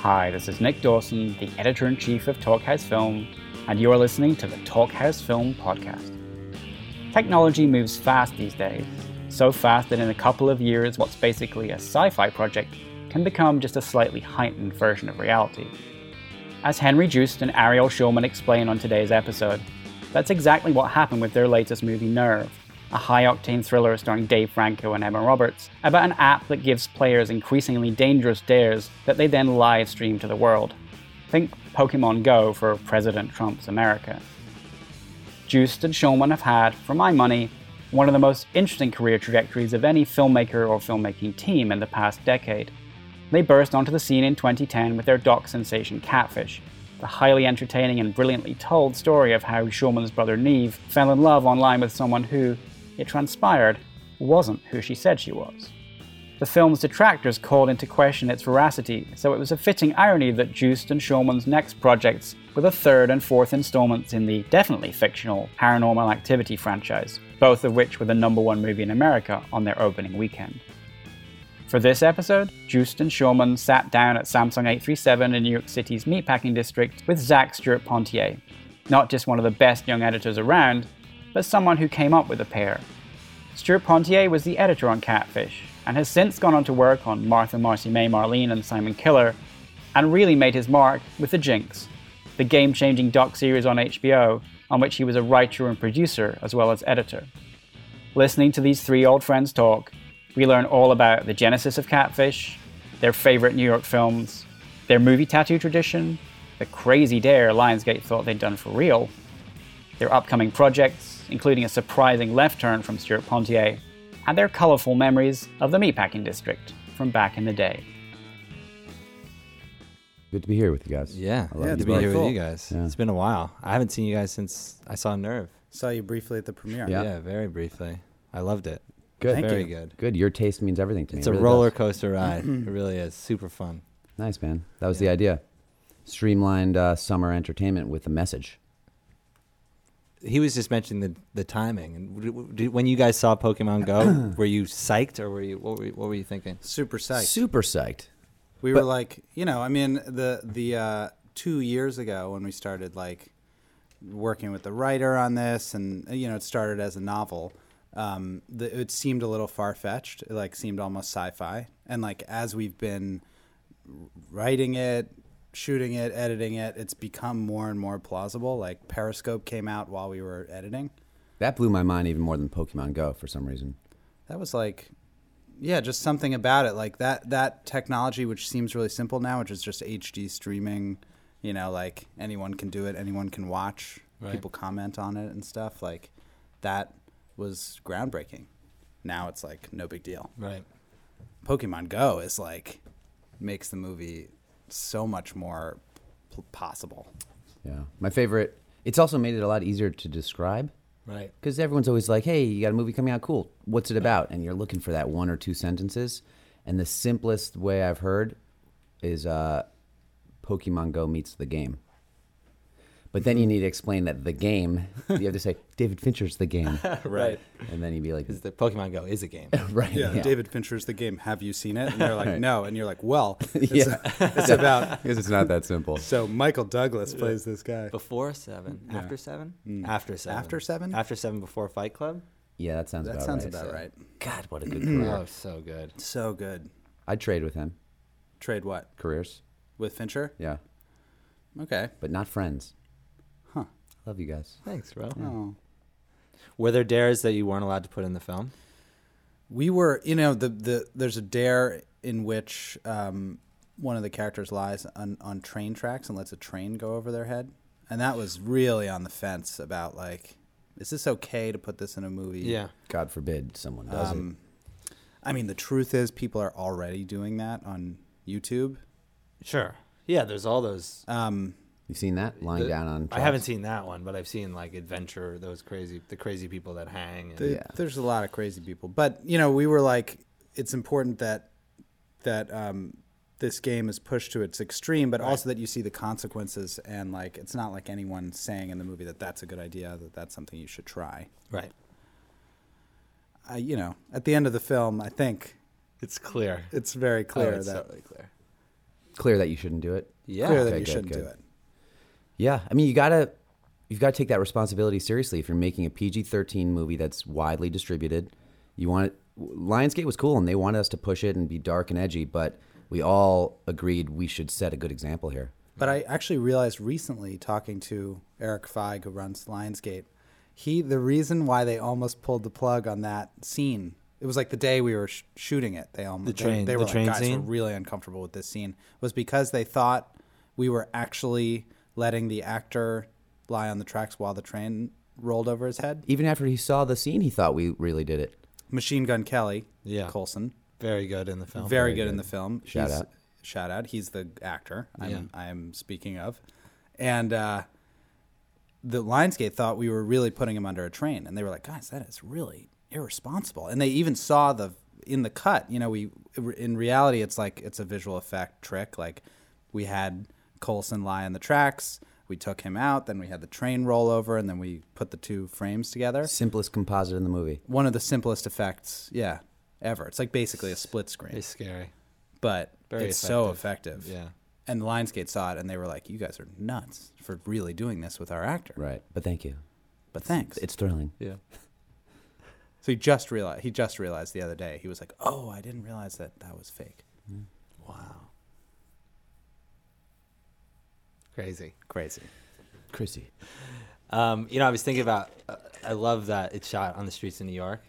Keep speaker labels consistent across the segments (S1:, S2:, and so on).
S1: Hi, this is Nick Dawson, the editor in chief of Talkhouse Film, and you are listening to the Talkhouse Film Podcast. Technology moves fast these days, so fast that in a couple of years, what's basically a sci fi project can become just a slightly heightened version of reality. As Henry Joost and Ariel Shulman explain on today's episode, that's exactly what happened with their latest movie Nerve, a high octane thriller starring Dave Franco and Emma Roberts, about an app that gives players increasingly dangerous dares that they then live stream to the world. Think Pokemon Go for President Trump's America. Joost and Shulman have had, for my money, one of the most interesting career trajectories of any filmmaker or filmmaking team in the past decade. They burst onto the scene in 2010 with their doc sensation Catfish, the highly entertaining and brilliantly told story of how Shulman's brother Neve fell in love online with someone who, it transpired, wasn't who she said she was. The film's detractors called into question its veracity, so it was a fitting irony that Joost and Shulman's next projects were the third and fourth installments in the definitely fictional Paranormal Activity franchise, both of which were the number one movie in America on their opening weekend. For this episode, Joost and Shulman sat down at Samsung 837 in New York City's meatpacking district with Zach Stewart Pontier, not just one of the best young editors around, but someone who came up with the pair. Stuart Pontier was the editor on Catfish and has since gone on to work on Martha, Marcy May, Marlene, and Simon Killer, and really made his mark with The Jinx, the game changing doc series on HBO, on which he was a writer and producer as well as editor. Listening to these three old friends talk, we learn all about the genesis of Catfish, their favorite New York films, their movie tattoo tradition, the crazy dare Lionsgate thought they'd done for real, their upcoming projects, including a surprising left turn from Stuart Pontier, and their colourful memories of the meatpacking district from back in the day.
S2: Good to be here with you guys.
S3: Yeah,
S2: I love
S4: Yeah,
S2: you
S3: to be
S2: both.
S3: here
S4: Cool.
S3: with you guys. It's been a while. I haven't seen you guys since I saw Nerve.
S4: Saw you briefly at the premiere.
S2: Yeah.
S3: Yeah, very briefly. I loved it.
S2: Good.
S4: Thank
S3: very
S4: you.
S3: good.
S2: Good. Your taste means everything to me.
S3: It's
S2: It
S3: a
S2: really
S3: roller
S2: does.
S3: coaster ride. it really is. Super fun.
S2: Nice man. That was the idea. Streamlined uh, summer entertainment with a message.
S3: He was just mentioning the the timing. And w- w- did, when you guys saw Pokemon Go, were you psyched or were you what were you, what were you thinking?
S4: Super psyched.
S2: Super psyched.
S4: we were like, you know, I mean, the the uh, two years ago when we started like working with the writer on this, and uh, you know, it started as a novel. Um, the, it seemed a little far fetched. It like seemed almost sci-fi. And like as we've been writing it, shooting it, editing it, it's become more and more plausible. Like Periscope came out while we were editing.
S2: That blew my mind even more than Pokemon Go for some reason.
S4: That was like, yeah, just something about it. Like that that technology, which seems really simple now, which is just HD streaming. You know, like anyone can do it, anyone can watch.
S3: Right.
S4: People comment on it and stuff. Like that was groundbreaking. Now it's like no big deal.
S3: Right.
S4: Pokemon Go is like makes the movie so much more p- possible.
S2: Yeah. My favorite. It's also made it a lot easier to describe
S3: Right.
S2: because everyone's always like, "Hey, you got a movie coming out? Cool. What's it about?" And you're looking for that one or two sentences. And the simplest way I've heard is uh, Pokemon Go meets the game. But then you
S4: Mm-hmm.
S2: need to explain that the game. You have to say David Fincher's the game,
S3: Right.
S2: and then you'd be like,
S3: Because the Pokemon Go is a game.
S2: "Right,
S4: Yeah, David Fincher's The Game. Have you seen it? And they're like, no. And you're like, well, it's,
S2: Yeah.
S4: it's about.
S2: Because it's not that simple.
S4: So Michael Douglas plays this guy.
S3: Before seven. After seven?
S2: Mm.
S3: After seven.
S4: After seven?
S3: After seven before Fight Club?
S2: Yeah, that sounds.
S4: That
S2: about
S4: sounds
S2: right.
S4: about right.
S2: God, what a good career.
S3: Oh, so good.
S4: So good.
S2: I'd trade with him.
S4: Trade what?
S2: Careers.
S4: With Fincher?
S2: Yeah,
S4: Okay.
S2: but not friends.
S4: Huh.
S2: Love you guys.
S3: Thanks, bro.
S4: Oh.
S3: Were there dares that you weren't allowed to put in the film?
S4: We were, you know, the, the there's a dare in which um, one of the characters lies on, on train tracks and lets a train go over their head. And that was really on the fence about like, is this okay to put this in a movie?
S2: God forbid someone does
S4: Um,
S2: it.
S4: I mean, the truth is, people are already doing that on YouTube.
S3: Sure. Yeah, there's all those.
S4: Um,
S2: You seen that? Lying
S3: the-
S2: down on.
S3: I
S2: tracks?
S3: haven't seen that one, but I've seen like Adventure, those crazy, the crazy people that hang. And,
S4: There-
S2: Yeah.
S4: There's a lot of crazy people, but you know, we were like, it's important that that um, this game is pushed to its extreme, but also that you see the consequences and like, it's not like anyone saying in the movie that that's a good idea, that that's something you should try.
S3: Right.
S4: I, you know, at the end of the film, I think
S3: It's clear.
S2: Oh,
S4: it's very clear
S3: it's
S4: that
S3: totally clear.
S2: clear that you shouldn't do it.
S3: Yeah.
S4: Clear that
S2: Okay,
S4: you
S2: good,
S4: shouldn't
S2: good.
S4: do it.
S2: Yeah, I mean, you gotta you've got to take that responsibility seriously. If you're making a PG-13 movie that's widely distributed, you want Lionsgate was cool and they wanted us to push it and be dark and edgy, but we all agreed we should set a good example here.
S4: But I actually realized recently, talking to Eric Feig, who runs Lionsgate, he the reason why they almost pulled the plug on that scene. It was like the day we were sh- shooting it. They almost
S3: The train-
S4: They, they
S3: the
S4: were
S3: train
S4: like, guys,
S3: scene?
S4: we're really uncomfortable with this scene. Was because they thought we were actually letting the actor lie on the tracks while the train rolled over his head.
S2: Even after he saw the scene, he thought we really did it.
S4: Machine Gun Kelly,
S3: Yeah.
S4: Colson,
S3: Very good in the film.
S4: very good in the film.
S2: Shout
S4: He's-
S2: out.
S4: Shout out. He's the actor I'm,
S3: Yeah.
S4: I'm speaking of. And uh, the Lionsgate thought we were really putting him under a train. And they were like, guys, that is really irresponsible. And they even saw the, in the cut, you know, we, in reality, it's like, it's a visual effect trick. Like we had Colson lie on the tracks. We took him out. Then we had the train roll over and then we put the two frames together
S2: Simplest composite in the movie.
S4: one of the simplest effects, yeah, ever. It's like basically a split screen,
S3: It's scary.
S4: but
S3: very
S4: it's so effective.
S3: Yeah.
S4: And Lionsgate saw it and they were like, "You guys are nuts for really doing this with our actor."
S2: Right. But thank you.
S4: But thanks.
S2: It's thrilling.
S3: Yeah.
S4: so he just realized he just realized the other day. He was like, "Oh, I didn't realize that that was fake."
S3: Wow. Crazy.
S4: Crazy.
S2: Chrissy.
S3: Um, you know, I was thinking about. Uh, I love that it's shot on the streets of New York.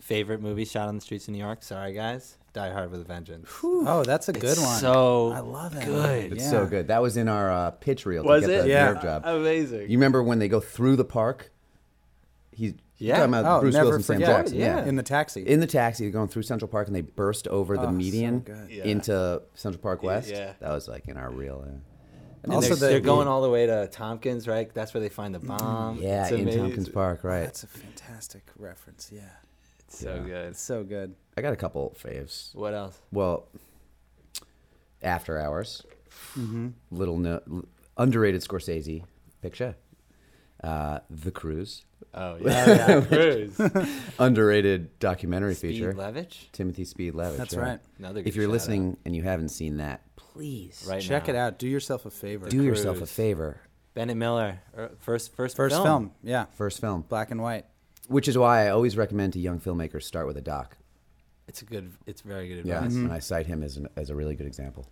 S3: Favorite movie shot on the streets of New York. Sorry, guys. Die Hard with a Vengeance.
S4: Oh, that's a good
S3: It's
S4: one.
S3: So
S4: I love it.
S3: Good.
S2: It's
S4: Yeah.
S2: so good. That was in our uh, pitch reel to get the
S4: Yeah.
S2: nerve job.
S3: Amazing.
S2: You remember when they go through the park? He's
S3: Yeah.
S2: talking about
S4: oh,
S2: Bruce
S4: never
S2: Willis and Sam
S4: forget.
S2: Jackson. Yeah.
S4: in the taxi.
S2: in the taxi, they're going through Central Park, and they burst over the
S4: so
S2: median
S4: good.
S3: Yeah.
S2: into Central Park West.
S3: yeah.
S2: That was like in our reel. Yeah,
S3: And
S4: Also,
S3: they're,
S4: the-
S3: they're going all the way to Tompkins, right? That's where they find the bomb.
S2: Yeah,
S3: It's
S2: in
S3: amazing.
S2: Tompkins Park, right?
S4: that's a fantastic reference. Yeah,
S3: It's so good.
S4: it's so good.
S2: I got a couple faves.
S3: What else?
S2: Well, After Hours,
S4: Mm-hmm.
S2: little no, l- underrated Scorsese picture. Uh, the Cruise,
S3: Oh yeah,
S2: underrated documentary feature.
S3: Levitch.
S2: Timothy Speed Levitt.
S4: That's right.
S3: Another good
S2: If you're
S3: shout-out.
S2: listening and you haven't seen that, please
S3: Right
S4: Check
S3: now.
S4: it out. Do yourself a favor.
S2: do yourself a
S3: Cruise.
S2: favor.
S3: Bennett Miller, er, first first
S4: First
S3: film.
S4: film. Yeah,
S2: First film,
S4: black and white.
S2: which is why I always recommend to young filmmakers start with a doc.
S3: It's a good. It's very good
S2: Yeah,
S3: advice.
S4: Mm-hmm.
S2: and I cite him as, an, as a really good example.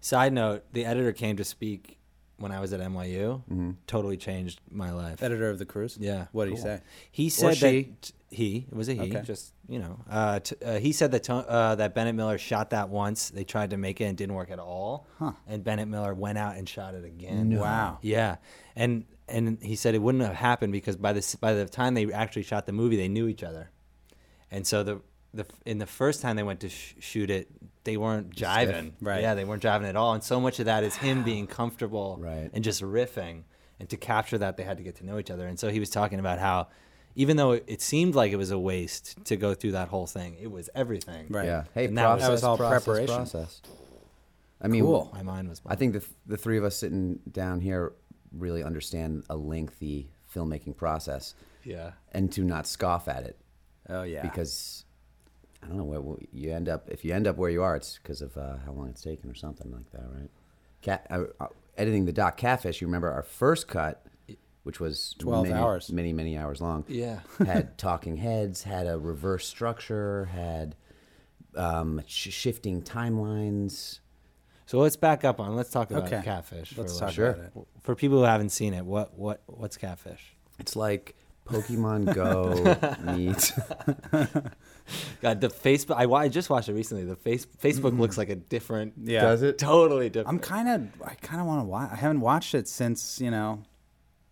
S3: Side note: the editor came to speak when I was at NYU. Totally changed my life.
S4: editor of the cruise.
S3: Yeah.
S4: What did he say?
S3: He said
S4: she.
S3: that he it was a he.
S4: Okay.
S3: Just you know, uh, t- uh, he said that Ton uh, that Bennett Miller shot that once. They tried to make it and didn't work at all. And Bennett Miller went out and shot it again.
S4: Wow.
S3: Yeah, and and he said it wouldn't have happened because by the s- by the time they actually shot the movie, they knew each other, and so the the in the first time they went to sh- shoot it, they weren't jiving.
S4: Right.
S3: Yeah, they weren't jiving at all, and so much of that is him being comfortable
S2: Right.
S3: and just riffing. And to capture that, they had to get to know each other. And so he was talking about how, even though it, it seemed like it was a waste to go through that whole thing, it was everything.
S4: Right.
S2: Yeah. Hey,
S3: And that was-
S2: process,
S3: that was
S4: all
S2: process,
S4: preparation.
S2: Process. I mean,
S4: Cool.
S3: My mind was blown.
S2: I think the, th- the three of us sitting down here really understand a lengthy filmmaking process
S3: Yeah.
S2: and to not scoff at it
S4: Oh yeah.
S2: because I don't know where where you end up. If you end up where you are, it's because of uh, how long it's taken or something like that, right? Cat, uh, uh, editing the doc Catfish, you remember our first cut, which was
S4: 12
S2: many,
S4: hours.
S2: many many hours long.
S3: Yeah.
S2: had talking heads, had a reverse structure, had um, sh- shifting timelines.
S3: So let's back up on. Let's talk about
S4: Okay.
S3: catfish. for
S4: Let's
S3: a
S4: talk
S3: little
S4: about
S3: bit. For people who haven't seen it, what what what's catfish?
S2: It's like Pokemon Go meets.
S3: God, the Facebook. I, wa- I just watched it recently. The face Facebook looks like a different.
S4: Mm-hmm. Yeah. Does
S2: it?
S3: Totally different.
S4: I'm kind of I kind of want to watch. I haven't watched it since you know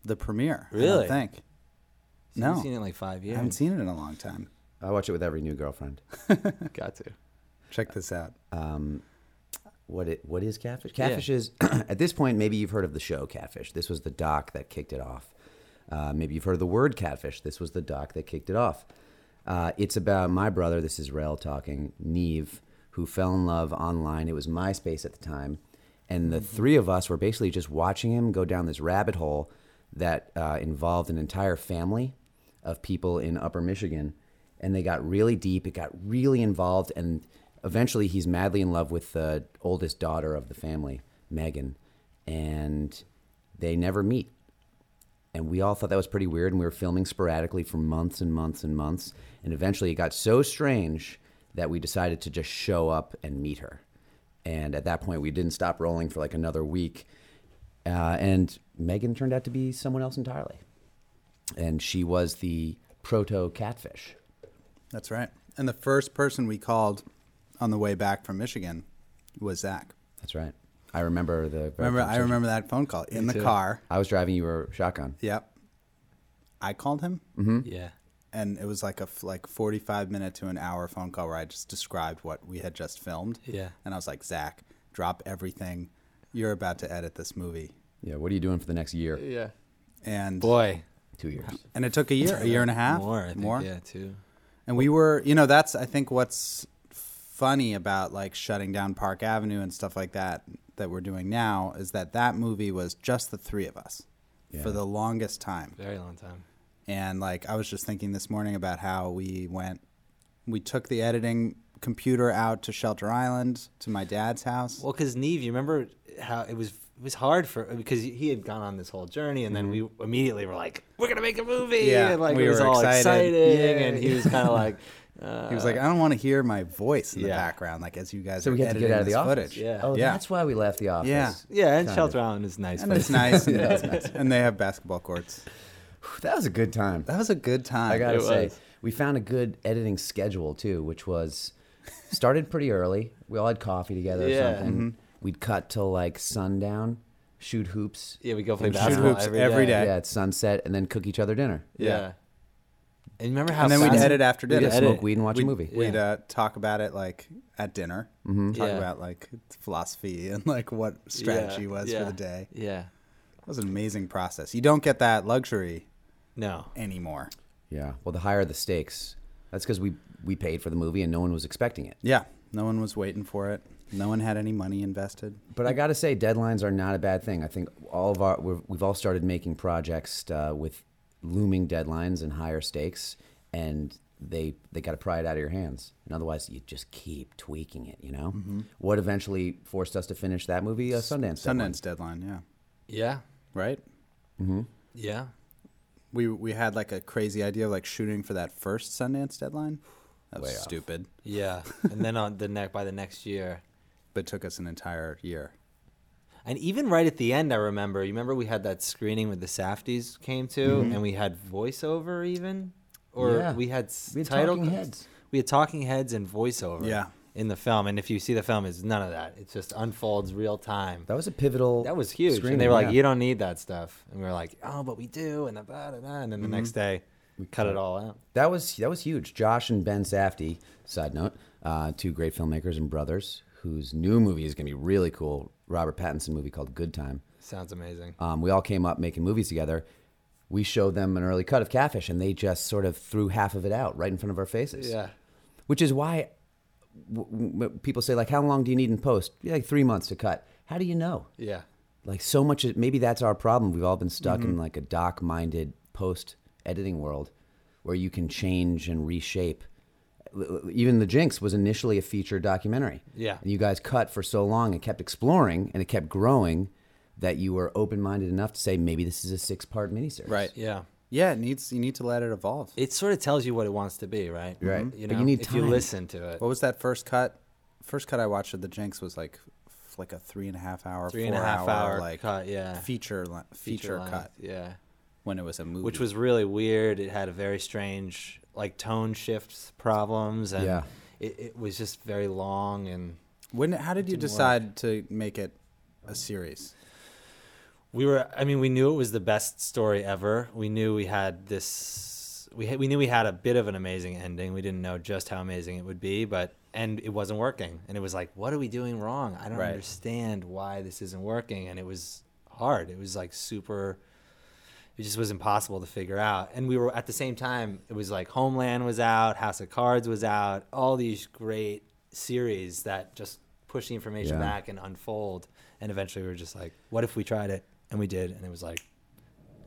S4: the premiere. I
S3: Really?
S4: don't think.
S3: You've
S4: no.
S3: seen it in like five
S4: I
S3: years.
S4: haven't seen it in a long time.
S2: I watch it with every new girlfriend.
S3: Got to.
S4: Check this out.
S3: Uh,
S2: What it what is catfish? Catfish is at this point maybe you've heard of the show Catfish. This was the doc that kicked it off. Uh, maybe you've heard of the word catfish. This was the doc that kicked it off. Uh, it's about my brother. This is Rael talking. Neve, who fell in love online. It was MySpace at the time, and the three of us were basically just watching him go down this rabbit hole that uh, involved an entire family of people in Upper Michigan, and they got really deep. It got really involved, and eventually he's madly in love with the oldest daughter of the family, Megan, and they never meet. And we all thought that was pretty weird, and we were filming sporadically for months and months and months. And eventually it got so strange that we decided to just show up and meet her. And at that point, we didn't stop rolling for like another week. Uh, and Megan turned out to be someone else entirely. And she was the proto catfish.
S4: That's right. And the first person we called on the way back from Michigan was Zach.
S2: That's right. I remember the. very
S4: Remember, I
S2: conversation.
S4: remember that phone call in the car.
S2: I was driving. You were shotgun.
S4: Yep. I called him,
S3: Yeah.
S4: and it was like a f- like forty five minute to an hour phone call where I just described what we had just filmed.
S3: Yeah.
S4: And I was like, Zach, drop everything. You're about to edit this movie,
S2: Yeah. What are you doing for the next year?
S5: Yeah.
S4: and
S3: Boy.
S2: Two years.
S4: and it took a year, a year and a half,
S3: More. I think.
S4: more.
S3: Yeah. Too.
S4: And we were, you know, that's I think what's funny about like shutting down Park Avenue and stuff like that that we're doing now is that that movie was just the three of us for the longest time.
S3: Very long time.
S4: And like I was just thinking this morning about how we went we took the editing computer out to Shelter Island to my dad's house.
S3: Well, because Neve, you remember how it was it was hard for because he had gone on this whole journey, and then we immediately were like, "We're gonna make a movie!"
S4: Mm-hmm. Yeah,
S3: and like
S4: we
S3: it was
S4: were
S3: all
S4: excited.
S3: exciting, and he was kind of like, uh,
S4: he was like, I don't want to hear my voice in the
S3: yeah.
S4: background, like as you guys
S2: So
S4: are
S2: we had to
S4: editing
S2: get out of the
S4: this
S2: office.
S4: footage.
S3: Yeah.
S2: Oh,
S4: Yeah.
S2: that's why we left the office.
S4: Yeah.
S3: "Yeah." And
S2: Kind
S3: Shelter Island is nice,
S4: And
S3: but
S4: it's nice, and, and they have basketball courts.
S2: of- That was a good time.
S4: That was a good time.
S2: I gotta
S5: It
S2: say,
S5: was.
S2: we found a good editing schedule too, which was started pretty early. We all had coffee together or
S3: Yeah.
S2: something.
S4: Mm-hmm.
S2: We'd cut till like sundown, shoot hoops.
S3: yeah, we go play
S2: Shoot
S3: basketball
S4: hoops every day.
S2: Yeah, at sunset, and then cook each other dinner.
S3: Yeah.
S4: Yeah.
S3: And remember how
S4: and then we'd
S3: fast-
S4: edit after
S2: We'd
S4: dinner.
S3: edit.
S2: smoke weed and watch a
S4: we'd,
S2: movie.
S4: We'd
S3: Yeah.
S4: uh, talk about it like at dinner. Mm-hmm. Talk
S3: Yeah.
S4: about like philosophy and like what strategy
S3: Yeah,
S4: was
S3: yeah,
S4: for the day.
S3: Yeah.
S4: It was an amazing process. You don't get that luxury
S3: No.
S4: anymore.
S2: Yeah. Well, the higher the stakes, that's because we we paid for the movie and no one was expecting it.
S4: Yeah, no one was waiting for it. No one had any money invested.
S2: But I gotta say, deadlines are not a bad thing. I think all of our we've, we've all started making projects uh, with looming deadlines and higher stakes, and they they gotta pry it out of your hands. And otherwise, you just keep tweaking it. You know
S3: Mm-hmm.
S2: what? Eventually, forced us to finish that movie, uh, Sundance. deadline.
S4: Sundance deadline. Yeah,
S3: Yeah.
S4: right.
S3: Yeah.
S4: We we had like a crazy idea of like shooting for that first Sundance deadline. That was
S2: Way off.
S4: stupid,
S3: Yeah. and then on the neck by the next year.
S4: but it took us an entire year.
S3: And even right at the end, I remember. You remember we had that screening with the Safties came to, and we had voiceover even, or
S2: Mm-hmm. Yeah.
S3: we had, s-
S2: We had
S3: title
S2: talking
S3: co-
S2: heads.
S3: We had talking heads and voiceover.
S4: Yeah.
S3: In the film, and if you see the film, it's none of that. It just unfolds real time.
S2: That was a pivotal.
S3: That was huge.
S2: screening,
S3: and they were like,
S2: yeah.
S3: "You don't need that stuff," and we were like, "Oh, but we do." And the blah, blah, blah. and then the next
S2: Mm-hmm.
S3: day, we cut it all out.
S2: That was that was huge. Josh and Ben Safdie. Side note: uh, two great filmmakers and brothers whose new movie is going to be really cool. Robert Pattinson movie called Good Time.
S3: Sounds amazing.
S2: Um, we all came up making movies together. We showed them an early cut of Catfish, and they just sort of threw half of it out right in front of our faces.
S3: Yeah.
S2: which is why w- w- people say like, "How long do you need in post?" Yeah, like three months to cut. How do you know?
S3: Yeah.
S2: like so much maybe that's our problem we've all been stuck
S4: Mm-hmm.
S2: in like a doc minded post editing world where you can change and reshape L- l- even the jinx was initially a feature documentary
S3: Yeah.
S2: and you guys cut for so long and kept exploring and it kept growing that you were open minded enough to say maybe this is a six part miniseries
S4: Right.
S3: Yeah.
S4: Yeah, it needs you need to let it evolve.
S3: It sort of tells you what it wants to be, right?
S2: Right.
S3: Mhm. You
S2: But
S3: know,
S2: you need
S3: if
S2: time.
S3: you listen to it.
S4: What was that first cut? First cut I watched of the Jinx was like f- like a three and a half hour,
S3: Three
S4: four
S3: and a half
S4: hour,
S3: hour
S4: like
S3: cut, yeah.
S4: feature li- feature,
S3: length,
S4: cut
S3: Yeah.
S4: when it was a movie,
S3: Which was really weird. It had a very strange like tone shifts problems and
S2: Yeah.
S3: it, it was just very long and
S4: when. How did you decide to make it a series?
S3: we were i mean we knew it was the best story ever we knew we had this we, had, we knew we had a bit of an amazing ending we didn't know just how amazing it would be but and it wasn't working and it was like what are we doing wrong i don't
S4: Right.
S3: understand why this isn't working and it was hard it was like super it just was impossible to figure out and we were at the same time it was like homeland was out house of cards was out all these great series that just push the information
S2: Yeah.
S3: back and unfold and eventually we were just like what if we tried it and we did and it was like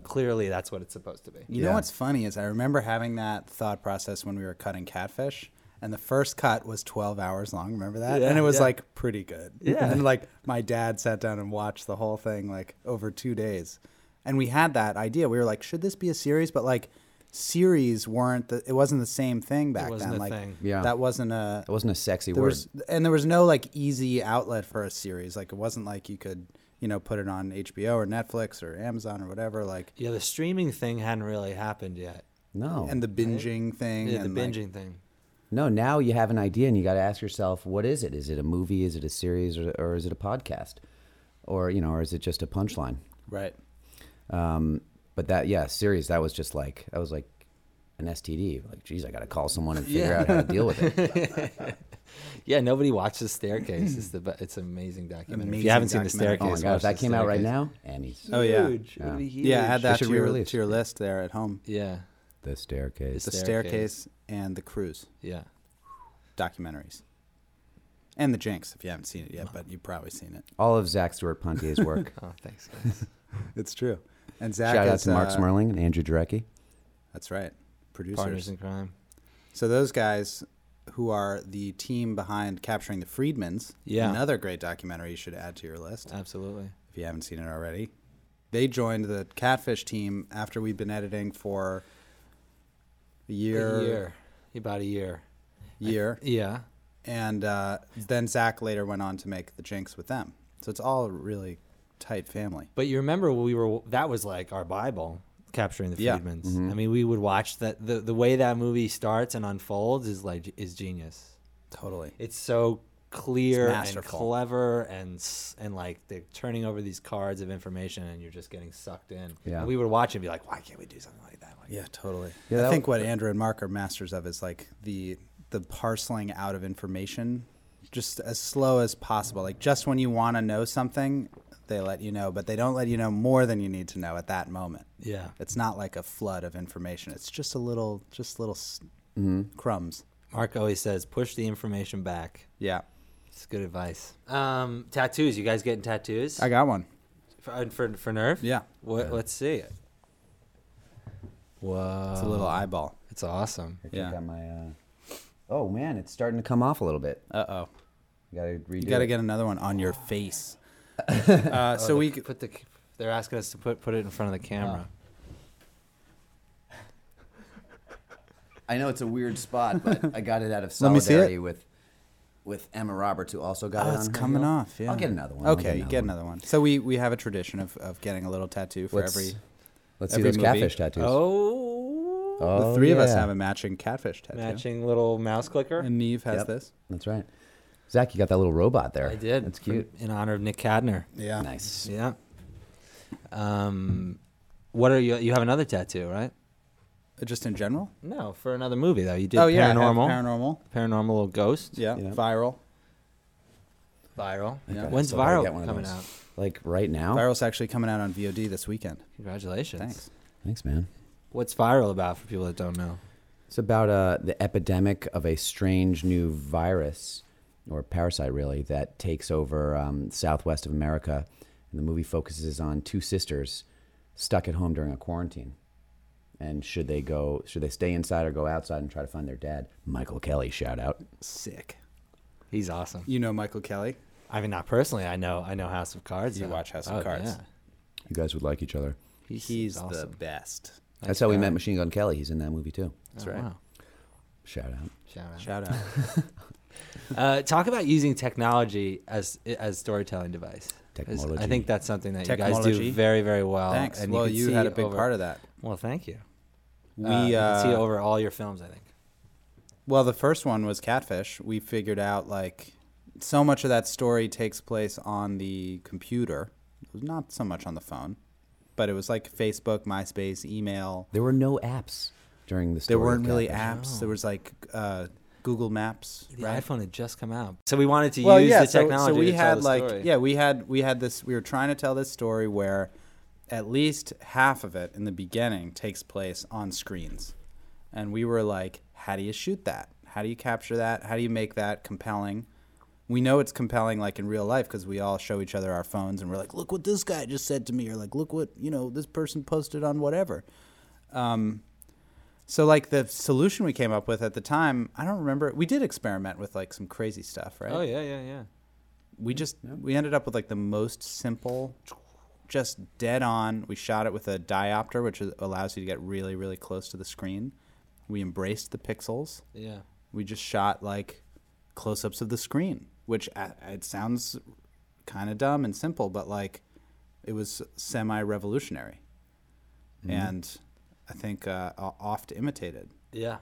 S3: clearly that's what it's supposed to be
S4: You know what's funny is I remember having that thought process when we were cutting Catfish, and the first cut was 12 hours long. Remember that? and it was
S3: yeah.
S4: like pretty good.
S3: Yeah.
S4: And like my dad sat down and watched the whole thing like over two days. And we had that idea. We were like, should this be a series? But like, series weren't the, it wasn't the same thing back
S3: wasn't
S4: then.
S3: a
S4: like,
S3: thing.
S2: Yeah.
S4: that wasn't a
S2: That wasn't a sexy
S4: there
S2: word.
S4: was and there was no like easy outlet for a series like it wasn't like you could you know put it on hbo or netflix or amazon or whatever like
S3: Yeah, the streaming thing hadn't really happened yet.
S2: no.
S4: and the binging thing
S3: Yeah, the
S4: and, like,
S3: binging thing.
S2: No, now you have an idea and you got to ask yourself, what is it? Is it a movie? Is it a series? Or, or is it a podcast? Or, you know, or is it just a punchline?
S4: right
S2: Um, but that, yeah, series, that was just like, that was like an STD. Like, geez, I got to call someone and figure out how to deal with it.
S3: Yeah, nobody watched The Staircase. it's the be- it's an amazing documentary. if
S4: Amazing
S3: you haven't seen The
S4: documentary.
S3: Staircase,
S2: Oh my God,
S3: watch
S2: if that
S3: The
S2: came out right
S3: Staircase.
S2: now, Emmys.
S4: oh yeah
S3: Huge. It would be huge.
S4: yeah add
S2: They
S4: that
S2: should
S4: to your,
S2: re-release.
S4: to your list there at home
S3: Yeah,
S2: The staircase.
S4: the
S3: Staircase.
S4: staircase. and the cruise
S3: yeah.
S4: documentaries and the jinx if you haven't seen it yet but you've probably seen it
S2: All of Zach Stewart Pontier's work.
S3: Oh, thanks, guys.
S4: it's true and zach
S2: Shout out
S4: is,
S2: to Mark
S4: uh,
S2: Smirling and Andrew Jarecki.
S4: that's right producers
S3: Partners in Crime.
S4: So those guys who are the team behind capturing the Freedmans,
S3: Yeah.
S4: another great documentary you should add to your list
S3: Absolutely.
S4: if you haven't seen it already. They joined the Catfish team after we'd been editing for a year,
S3: A year. About a year.
S4: year.
S3: Yeah.
S4: and uh, then Zach later went on to make the Jinx with them. So it's all a really tight family.
S3: But you remember we were that was like our Bible capturing the
S4: Yeah.
S3: Freedmans. I mean, we would watch that the the way that movie starts and unfolds is like is genius.
S4: Totally.
S3: It's so clear
S4: It's
S3: and
S4: masterful.
S3: clever and s- and like they're turning over these cards of information and you're just getting sucked in.
S2: Yeah.
S3: And we would watch and be like, why can't we do something like that? Why
S4: Yeah, totally.
S2: Yeah,
S4: I
S2: that
S4: think what Andrew and Mark are masters of is like the the parceling out of information, just as slow as possible. Like just when you want to know something, they let you know, but they don't let you know more than you need to know at that moment.
S3: Yeah.
S4: It's not like a flood of information. It's just a little, just little s
S2: Mm-hmm.
S4: crumbs.
S3: Mark always says, push the information back.
S4: Yeah,
S3: It's good advice. Um, tattoos. You guys getting tattoos?
S4: I got one.
S3: for, uh, for for Nerf?
S4: Yeah.
S3: What? Let's see it. Wow.
S4: It's a little eyeball.
S3: It's awesome.
S4: Yeah.
S2: Oh. Got my, uh, oh, man, it's starting to come off a little bit.
S4: Uh oh.
S2: got to redo
S4: You got
S2: it.
S4: to
S2: Oh,
S4: get another one on your face. uh, so we c-
S3: Put the. They're asking us to put put it in front of the camera.
S2: I know it's a weird spot, but I got it out of
S4: Let me see it.
S2: solidarity with with Emma Roberts, who also got it.
S4: Oh, it's
S2: on her
S4: coming
S2: heel.
S4: off. Yeah,
S2: I'll get another one. I'll
S4: Okay, you get
S2: one.
S4: another one. So we we have a tradition of, of getting a little tattoo for
S2: Let's-
S4: every.
S2: Let's see
S4: every
S2: those
S4: movie.
S2: catfish tattoos.
S3: Oh.
S4: the three of us have a matching catfish tattoo.
S3: Matching little mouse clicker.
S4: And Neve has
S2: Yep.
S4: this.
S2: That's right. Zach, you got that little robot there.
S3: I did.
S2: That's
S3: for-
S2: cute.
S3: In honor of Nick Cadner.
S4: Yeah.
S2: Nice.
S3: Oh, Yeah. Um, what are you? You have another tattoo, right?
S4: Uh, Just in general.
S3: No, for another movie though. You did
S4: oh
S3: paranormal,
S4: yeah, I have Paranormal.
S3: paranormal little ghost.
S4: Yeah.
S2: Yeah.
S4: Viral.
S3: Viral.
S4: Yeah.
S3: When's
S2: so I gotta
S3: viral
S2: get one of
S3: coming
S2: those.
S3: out?
S2: Like right now.
S4: Viral's actually coming out on VOD this weekend.
S3: Congratulations.
S4: Thanks.
S2: Thanks, man.
S3: What's viral about for people that don't know?
S2: It's about uh, the epidemic of a strange new virus or parasite, really, that takes over um, southwest of America. And the movie focuses on two sisters stuck at home during a quarantine. And should they go? Should they stay inside or go outside and try to find their dad? Michael Kelly, shout out.
S4: Sick.
S3: He's awesome.
S4: You know Michael Kelly.
S3: I mean, not personally. I know. I know House of Cards.
S4: You
S3: though. Oh,
S4: watch House of Cards.
S2: You guys would like each other.
S3: He's,
S4: the best.
S2: That's how we met Machine Gun Kelly. He's in that movie too.
S4: That's right.
S3: Oh, Wow.
S2: Shout out.
S3: Shout out.
S4: Shout out.
S3: Uh, talk about using technology as as storytelling device. 'Cause I
S2: Technology.
S3: think that's something that you guys
S4: Technology.
S3: do very very well.
S4: Thanks.
S3: Oh, and
S4: well,
S3: can
S4: you
S3: see
S4: had a big
S3: over-
S4: part of that.
S3: Well, thank you.
S4: We
S3: uh, you can see
S4: uh,
S3: over all your films, I think.
S4: Well, the first one was Catfish. We figured out like so much of that story takes place on the computer, not so much on the phone, but it was like Facebook, MySpace, email.
S2: There were no apps during the story.
S4: There weren't
S2: of
S4: really
S2: Catfish.
S4: apps. There was like uh, Google Maps,
S3: Oh. The
S4: right?
S3: iPhone had just come out, so we wanted to
S4: well,
S3: use
S4: yeah.
S3: the
S4: so-
S3: technology.
S4: so, we
S3: to tell
S4: had
S3: the
S4: like
S3: story.
S4: yeah, we had we had this. We were trying to tell this story where at least half of it in the beginning takes place on screens, and we were like, how do you shoot that? How do you capture that? How do you make that compelling? We know it's compelling, like in real life, because we all show each other our phones and we're like, look what this guy just said to me, or like, look what you know this person posted on whatever. Um, So like the solution we came up with at the time, I don't remember. We did experiment with like some crazy stuff, right?
S3: Oh yeah, yeah, yeah.
S4: We just we ended up with like the most simple, just dead on. We shot it with a diopter, which is- allows you to get really really close to the screen. We embraced the pixels.
S3: Yeah.
S4: We just shot like close-ups of the screen, which uh, it sounds kind of dumb and simple, but like it was semi-revolutionary, and I think uh, o- oft imitated.
S3: Yeah.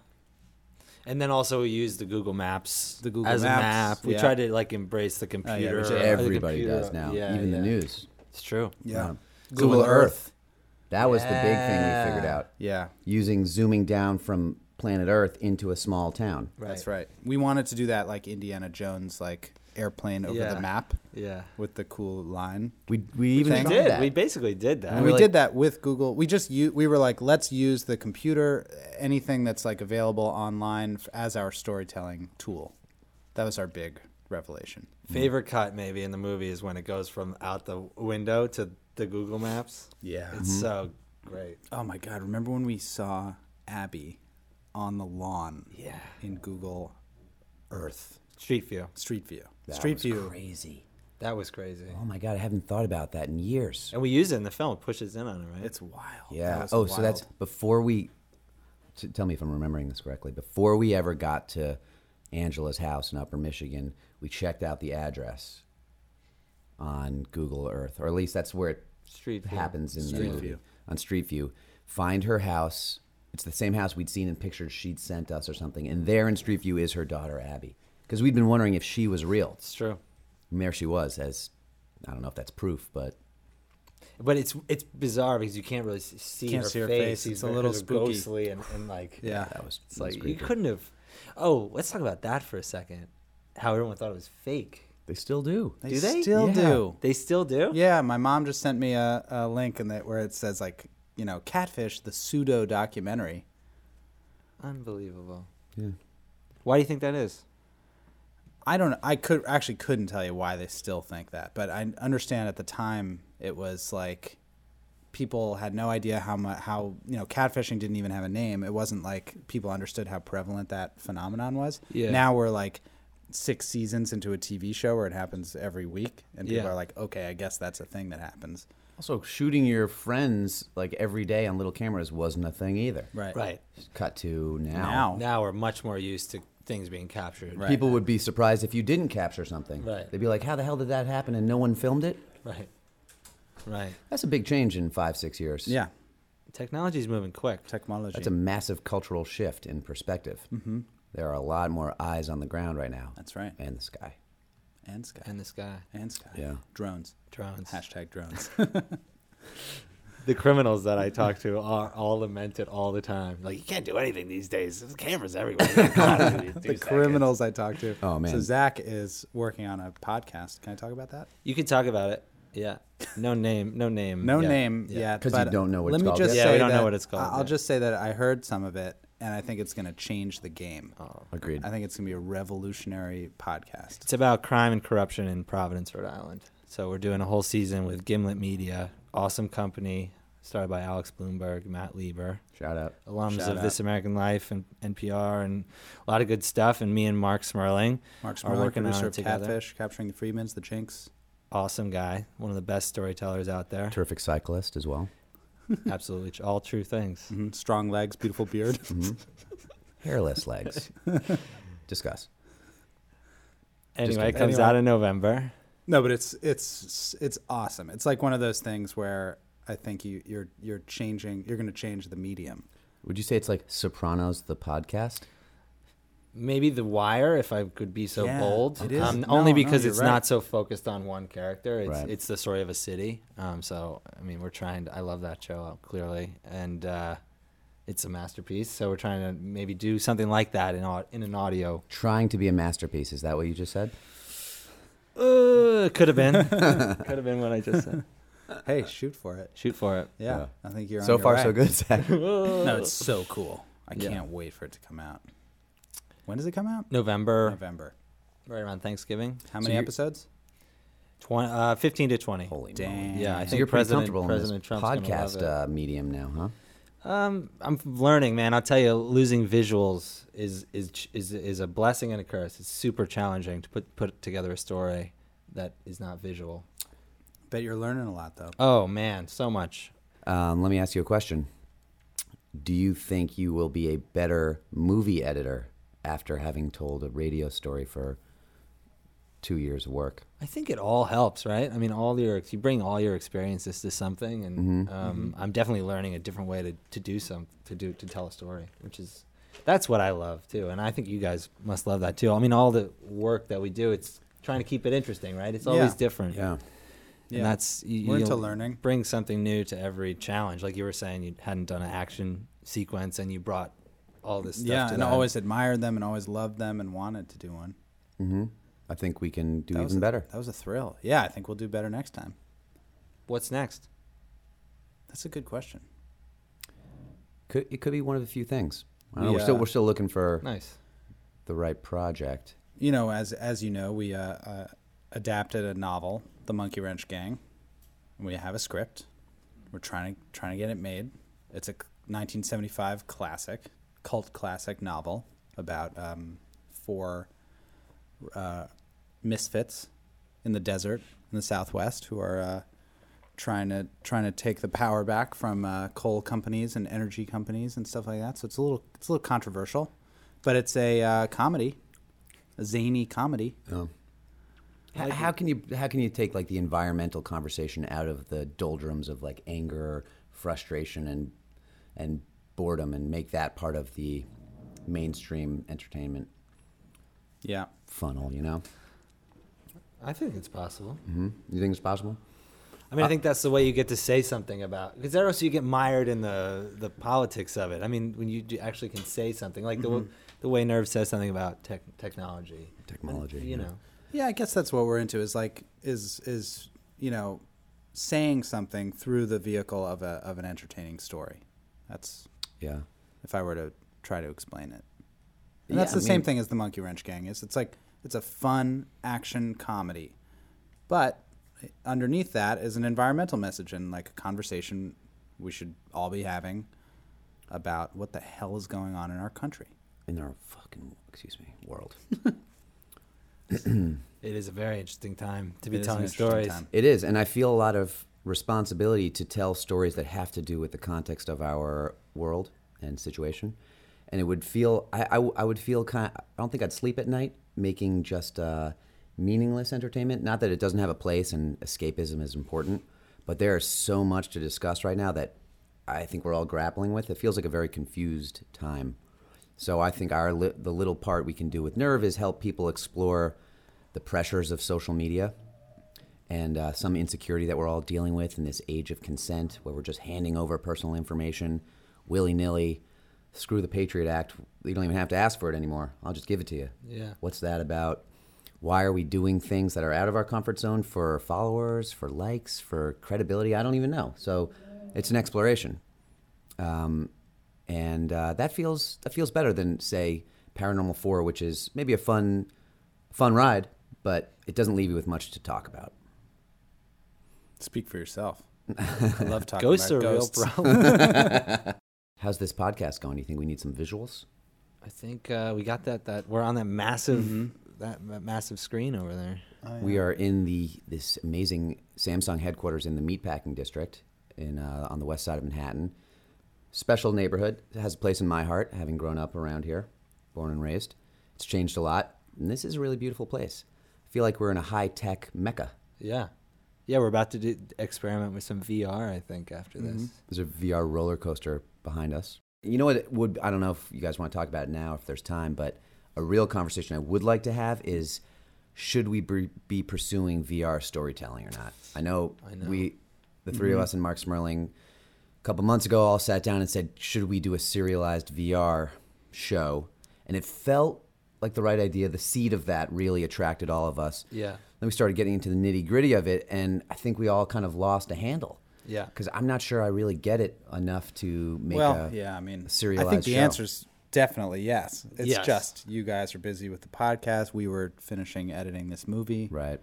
S3: And then also we used the Google Maps,
S4: The Google
S3: as
S4: Maps,
S3: a map. We
S4: yeah. Oh,
S3: tried to like embrace the computer.
S4: which
S3: the
S2: Everybody
S3: computer-
S2: does now,
S3: Yeah,
S2: even the
S3: yeah.
S2: news.
S3: It's true.
S4: Yeah.
S2: Google Earth. That was the big thing
S3: Yeah.
S2: we figured out.
S4: Yeah.
S2: Using zooming down from planet Earth into a small town.
S3: Right.
S4: That's right. We wanted to do that like Indiana Jones, like airplane over
S3: Yeah.
S4: the map
S3: Yeah.
S4: with the cool line.
S2: We, we even
S4: We
S3: We
S2: tried
S3: did.
S2: that.
S3: We basically did that.
S4: And we did that with Google. We just u- we were like, let's use the computer, anything that's like available online f- as our storytelling tool. That was our big revelation.
S3: Favorite cut maybe in the movie is when it goes from out the window to the Google Maps.
S4: Yeah. Mm-hmm.
S3: It's so great.
S4: Oh my God! Remember when we saw Abby on the lawn?
S3: Yeah.
S4: In Google Earth
S3: Street view.
S4: Street View.
S2: That
S4: Street
S2: was
S4: View.
S2: Crazy.
S3: That was crazy.
S2: Oh my god, I haven't thought about that in years.
S3: And we use it in the film. It pushes in on it, right?
S4: It's wild. That
S2: Yeah.
S4: was
S2: Oh, so that's
S4: wild.
S2: before we. t- Tell me if I'm remembering this correctly. Before we ever got to Angela's house in Upper Michigan, we checked out the address on Google Earth, or at least that's where it
S3: Street view.
S2: happens in the
S4: Street
S2: movie
S4: view.
S2: on Street View. Find her house. It's the same house we'd seen in pictures she'd sent us or something. And there in Street View is her daughter Abby, because we'd been wondering if she was real.
S3: It's true.
S2: And there she was. As I don't know if that's proof, but
S3: But it's it's bizarre because you can't really s- see,
S4: Can't
S3: her,
S4: see her
S3: face.
S4: face.
S3: She's
S4: It's a little
S3: very
S4: spooky.
S3: ghostly and, and like
S4: Yeah.
S2: that was
S3: It's
S2: that was
S3: like
S2: creepy.
S3: you couldn't have. Oh, let's talk about that for a second. How everyone thought it was fake.
S2: They still do.
S4: They
S3: Do they?
S4: still
S2: Yeah.
S4: do.
S3: They still do.
S4: Yeah, my mom just sent me a, a link in that where it says like you know catfish the pseudo documentary.
S3: Unbelievable.
S2: Yeah.
S3: Why do you think that is?
S4: I don't. I could actually couldn't tell you why they still think that, but I understand at the time it was like people had no idea how much how you know catfishing didn't even have a name. It wasn't like people understood how prevalent that phenomenon was.
S3: Yeah.
S4: Now we're like six seasons into a TV show where it happens every week, and people
S3: Yeah.
S4: are like, okay, I guess that's a thing that happens.
S2: Also, shooting your friends like every day on little cameras wasn't a thing either.
S4: Right.
S3: Right.
S2: Cut to now.
S4: Now.
S3: Now we're much more used to things being captured.
S4: Right.
S2: People would be surprised if you didn't capture something.
S3: Right.
S2: They'd be like, how the hell did that happen and no one filmed it?
S3: Right. Right.
S2: That's a big change in five, six years.
S4: Yeah.
S3: Technology's moving quick.
S4: Technology.
S2: That's a massive cultural shift in perspective. Mm-hmm. There are a lot more eyes on the ground right now.
S4: That's right.
S2: And the sky.
S4: and Sky.
S3: and this guy.
S4: and Sky.
S2: Yeah.
S4: Drones.
S3: Drones.
S4: Hashtag drones.
S3: The criminals that I talk to are all lamented all the time. Like you can't do anything these days. There's cameras everywhere. You gotta do these two
S4: the
S3: seconds.
S4: criminals I talk to.
S2: Oh, man.
S4: So Zach is working on a podcast. Can I talk about that?
S3: You can talk about it. Yeah. No name. No name.
S4: No
S3: yet.
S4: name
S3: Yeah.
S4: yet.
S2: 'Cause you
S4: but
S2: don't know what
S4: let
S2: it's
S4: me
S2: called
S4: Just
S2: yet.
S3: Yeah, we
S4: say
S3: don't know
S4: that-
S3: what it's called
S4: I'll
S3: yet.
S4: just say that I heard some of it, and I think it's going to change the game.
S3: Oh,
S2: Agreed.
S4: I think it's going to be a revolutionary podcast.
S3: It's about crime and corruption in Providence, Rhode Island. So we're doing a whole season with Gimlet Media, awesome company started by Alex Bloomberg, Matt Lieber,
S2: Shout out.
S3: alums
S4: Shout
S3: of
S4: out.
S3: This American Life and NPR, and a lot of good stuff. And me and Mark Smirling,
S4: Mark
S3: are
S4: Smirling,
S3: working on
S4: producer
S3: it
S4: of
S3: together.
S4: Catfish, Capturing the Freedmans, The Jinx.
S3: awesome guy, one of the best storytellers out there.
S2: Terrific cyclist as well.
S3: Absolutely, all true things.
S4: Mhm. Strong legs, beautiful beard.
S3: Mm-hmm.
S2: Hairless legs. Discuss.
S3: Anyway, it
S4: kidding.
S3: comes
S4: Anyway.
S3: out in November.
S4: No, but it's it's it's awesome. It's like one of those things where I think you you're you're changing. You're going to change the medium.
S2: Would you say it's like Sopranos the podcast?
S3: Maybe The Wire, if I could be so
S4: Yeah,
S3: bold,
S4: it is.
S3: Um,
S4: No,
S3: only
S4: no,
S3: because
S4: you're
S3: it's
S4: right.
S3: not so focused on one character. It's
S2: Right.
S3: it's the story of a city. Um, so I mean, we're trying. To, I love that show clearly, and uh, it's a masterpiece. So we're trying to maybe do something like that in au- in an audio.
S2: Trying to be a masterpiece. Is that what you just said?
S3: Uh, could have been, could have been what I just said.
S4: Hey, shoot for it.
S3: Shoot for it.
S4: Yeah,
S2: Uh, Yeah.
S4: I think you're on
S2: So
S4: your
S2: far,
S4: way.
S2: so good, Zach.
S4: No, it's so cool. I
S3: Yeah.
S4: can't wait for it to come out. When does it come out?
S3: November,
S4: November.
S3: right around Thanksgiving.
S4: How
S2: So
S4: many
S2: you're-
S4: episodes?
S3: 20, uh, 15 to 20.
S2: Holy
S4: Damn.
S2: moly.
S3: Yeah, I
S2: So
S3: think
S2: you're pretty
S3: President,
S2: comfortable
S3: President
S2: in this
S3: Trump's gonna love
S2: podcast
S3: it.
S2: uh, medium now, huh?
S3: Um, I'm learning, man. I'll tell you, losing visuals is is ch- is is a blessing and a curse. It's super challenging to put put together a story that is not visual.
S4: Bet you're learning a lot though.
S3: Oh man, so much.
S2: Um, let me ask you a question. Do you think you will be a better movie editor after having told a radio story for two years of work?
S3: I think it all helps, right? I mean, all your you bring all your experiences to something, and
S4: Mm-hmm.
S3: um, I'm definitely learning a different way to, to do some to do to tell a story, which is that's what I love too, and I think you guys must love that too. I mean, all the work that we do, it's trying to keep it interesting, right? It's always
S4: Yeah.
S3: different.
S2: Yeah.
S4: Yeah.
S3: And that's you,
S4: We're into
S3: you'll
S4: learning.
S3: Bring something new to every challenge. Like you were saying, you hadn't done an action sequence, and you brought all this stuff.
S4: yeah,
S3: to
S4: and
S3: that.
S4: always admired them and always loved them and wanted to do one.
S2: I think we can do
S4: That was
S2: even
S4: a-
S2: better.
S4: That was a thrill. Yeah, I think we'll do better next time.
S3: What's next?
S4: That's a good question.
S2: Could, it could be one of a few things. I don't know, we're,
S4: Yeah.
S2: still, we're still looking for
S3: Nice.
S2: the right project.
S4: You know, as as you know, we uh, uh, adapted a novel, The Monkey Wrench Gang. We have a script. We're trying to trying to get it made. It's a c- 1975 classic, cult classic novel about um, four uh, misfits in the desert in the Southwest who are uh, trying to trying to take the power back from uh, coal companies and energy companies and stuff like that. So it's a little it's a little controversial, but it's a uh, comedy, a zany comedy.
S2: H- how can you how can you take like the environmental conversation out of the doldrums of like anger, frustration, and and boredom, and make that part of the mainstream entertainment
S4: Yeah,
S2: funnel? You know,
S3: I think it's possible.
S4: Mm-hmm.
S2: hmm you think it's possible?
S3: I
S4: Uh,
S3: mean, I think that's the way you get to say something about because there also you get mired in the the politics of it. I mean, when you do- actually can say something like the
S4: Mm-hmm.
S3: w the way Nerve says something about tech, technology,
S2: Technology,
S3: you
S2: yeah.
S3: know,
S4: yeah. I guess that's what we're into. Is like is is you know saying something through the vehicle of a of an entertaining story. That's
S2: Yeah.
S4: if I were to try to explain it.
S2: Yeah,
S4: And that's
S2: I
S4: the same
S2: mean-
S4: thing as the Monkey Wrench Gang is. It's like it's a fun action comedy, but eh, underneath that is an environmental message and like a conversation we should all be having about what the hell is going on in our country.
S2: In our fucking excuse me world,
S3: it is a very interesting time to
S4: It
S3: be
S4: is an
S3: telling
S4: interesting
S3: stories.
S4: time.
S2: it is, and I feel a lot of responsibility to tell stories that have to do with the context of our world and situation. And it would feel I, I w- I would feel kind. Of, I don't think I'd sleep at night making just uh, meaningless entertainment. Not that it doesn't have a place, and escapism is important, but there is so much to discuss right now that I think we're all grappling with. It feels like a very confused time. So I think our li- the little part we can do with Nerve is help people explore the pressures of social media and uh, some insecurity that we're all dealing with in this age of consent, where we're just handing over personal information willy nilly. Screw the Patriot Act. You don't even have to ask for it anymore. I'll just give it to you.
S3: Yeah.
S2: What's that about? Why are we doing things that are out of our comfort zone for followers, for likes, for credibility? I don't even know. So it's an exploration Um, and uh, that feels that feels better than say Paranormal Four, which is maybe a fun fun ride, but it doesn't leave you with much to talk about.
S4: Speak for yourself. I love talking
S3: Ghosts are
S4: about
S3: a real
S4: ghosts.
S3: problem.
S2: How's this podcast going? Do you think we need some visuals?
S3: I think uh, we got that. That we're on that massive
S2: Mm-hmm.
S3: that, that massive screen over there.
S2: We are in the this amazing Samsung headquarters in the meatpacking district in uh, on the west side of Manhattan. Special neighborhood It has a place in my heart, having grown up around here, born and raised. It's changed a lot, and this is a really beautiful place. I feel like we're in a high tech mecca.
S3: Yeah, yeah. We're about to do, experiment with some VR. I think after this.
S2: There's a VR roller coaster behind us. You know what it would I don't know if you guys want to talk about it now if there's time, but a real conversation I would like to have is should we br- be pursuing VR storytelling or not? I know,
S3: I know. Mm-hmm.
S2: we the 3 of us and Mark Smerling a couple months ago all sat down and said, "Should we do a serialized VR show?" And it felt like the right idea. The seed of that really attracted all of us.
S3: Yeah.
S2: Then we started getting into the nitty gritty of it, and I think we all kind of lost a handle.
S3: Yeah.
S2: Because I'm not sure I really get it enough to make
S4: well,
S2: a
S4: yeah, I mean,
S2: serialized
S4: I think the
S2: show.
S4: answer's definitely yes. It's
S3: Yes.
S4: just you guys are busy with the podcast. We were finishing editing this movie.
S2: right.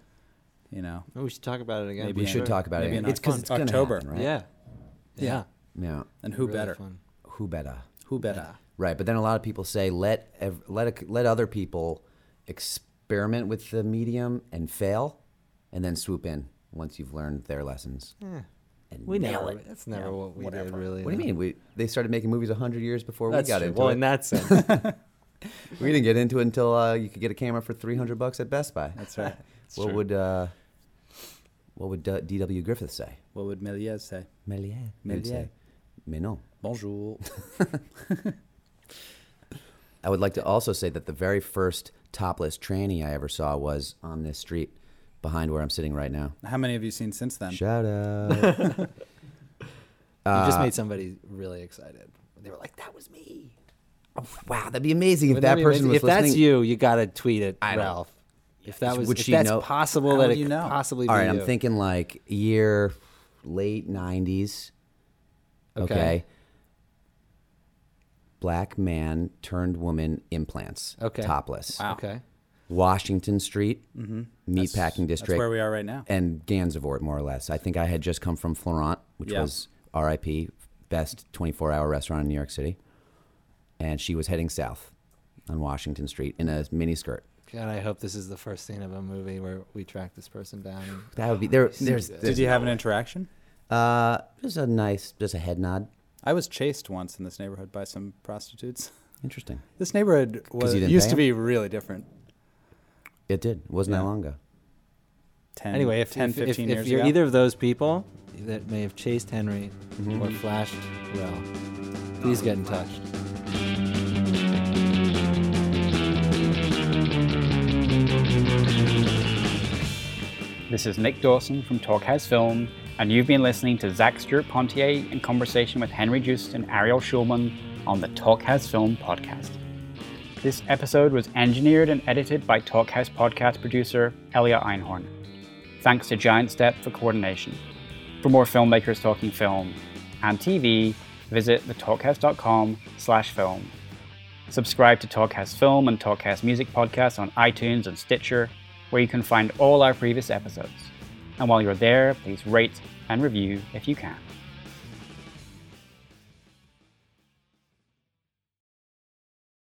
S4: You know,
S3: Maybe we should talk about it again.
S4: Maybe
S2: We
S4: Yeah.
S2: should talk about
S4: Maybe
S2: it.
S4: in
S2: It's because
S4: Oc-
S2: it's gonna
S4: October.
S2: happen, right?
S3: Yeah. Yeah.
S2: Yeah.
S4: and who
S3: Really
S4: better?
S3: fun.
S2: who better?
S4: Who better?
S2: Right, but then a lot of people say let ev- let a, let other people experiment with the medium and fail, and then swoop in once you've learned their lessons. And
S3: We
S2: nail
S3: never.
S2: it.
S3: That's never what we did, really.
S2: What do you mean? We they started making movies hundred years before
S3: That's
S2: we got
S3: true.
S2: into
S3: Well,
S2: it.
S3: in that sense,
S2: we didn't get into it until uh, you could get a camera for three hundred bucks at Best Buy.
S4: That's right.
S2: what
S3: true.
S2: would uh, what would uh, D.W. Griffith say?
S4: what would Méliès say?
S2: Méliès.
S4: Méliès.
S2: Méliès. Mais non.
S4: Bonjour.
S2: I would like to also say that the very first topless tranny I ever saw was on this street behind where I'm sitting right now.
S4: How many have you seen since then?
S2: Shout out.
S3: you
S2: Uh,
S3: just made somebody really excited. They were like, "That was me."
S2: Oh, wow, that'd be amazing if
S3: Wouldn't
S2: that
S3: be
S2: person
S3: amazing?
S2: was
S3: if
S2: listening.
S3: that's you, you gotta tweet it,
S2: I don't-
S3: Ralph. If that was,
S2: Would
S3: if
S2: she
S3: that's
S2: know-
S3: possible
S4: How
S3: that
S4: would
S3: it
S4: you
S3: could
S4: know?
S3: possibly
S2: All
S3: be
S2: right, I'm
S3: you.
S2: thinking like year late 90s. Okay.
S3: Okay.
S2: Black man turned woman implants.
S3: Okay.
S2: Topless.
S3: Okay.
S2: Washington Street, meatpacking
S4: Mm-hmm. That's
S2: district.
S4: where we are right now.
S2: and Gansevoort, more or less. I think I had just come from Florent, which
S4: Yeah.
S2: was RIP, best 24 hour restaurant in New York City. And she was heading south on Washington Street in a mini skirt.
S3: God, I hope this is the first scene of a movie where we track this person down.
S2: That would be there. There's,
S4: Did you have an interaction?
S2: uh, just a nice, just a head nod.
S4: I was chased once in this neighborhood by some prostitutes.
S2: Interesting.
S4: This neighborhood was
S2: you didn't
S4: used
S2: pay
S4: to
S2: 'em?
S4: be really different.
S2: It did. It wasn't
S4: Yeah.
S2: that long ago.
S4: 10,
S3: Anyway, if
S4: 10
S3: if,
S4: 15
S3: if,
S4: years
S3: if you're
S4: ago.
S3: either of those people that may have chased Henry or flashed Rel, please get in touch.
S1: This is Nick Dawson from Talkhouse Film, and you've been listening to Zach Stewart Pontier in conversation with Henry Joost and Ariel Schulman on the Talkhouse Film podcast. This episode was engineered and edited by Talkhouse podcast producer Elia Einhorn. Thanks to Giant Step for coordination. For more filmmakers talking film and TV, visit thetalkhouse.com slash film. Subscribe to Talkhouse Film and Talkhouse Music Podcasts on iTunes and Stitcher, where you can find all our previous episodes. And while you're there, please rate and review if you can.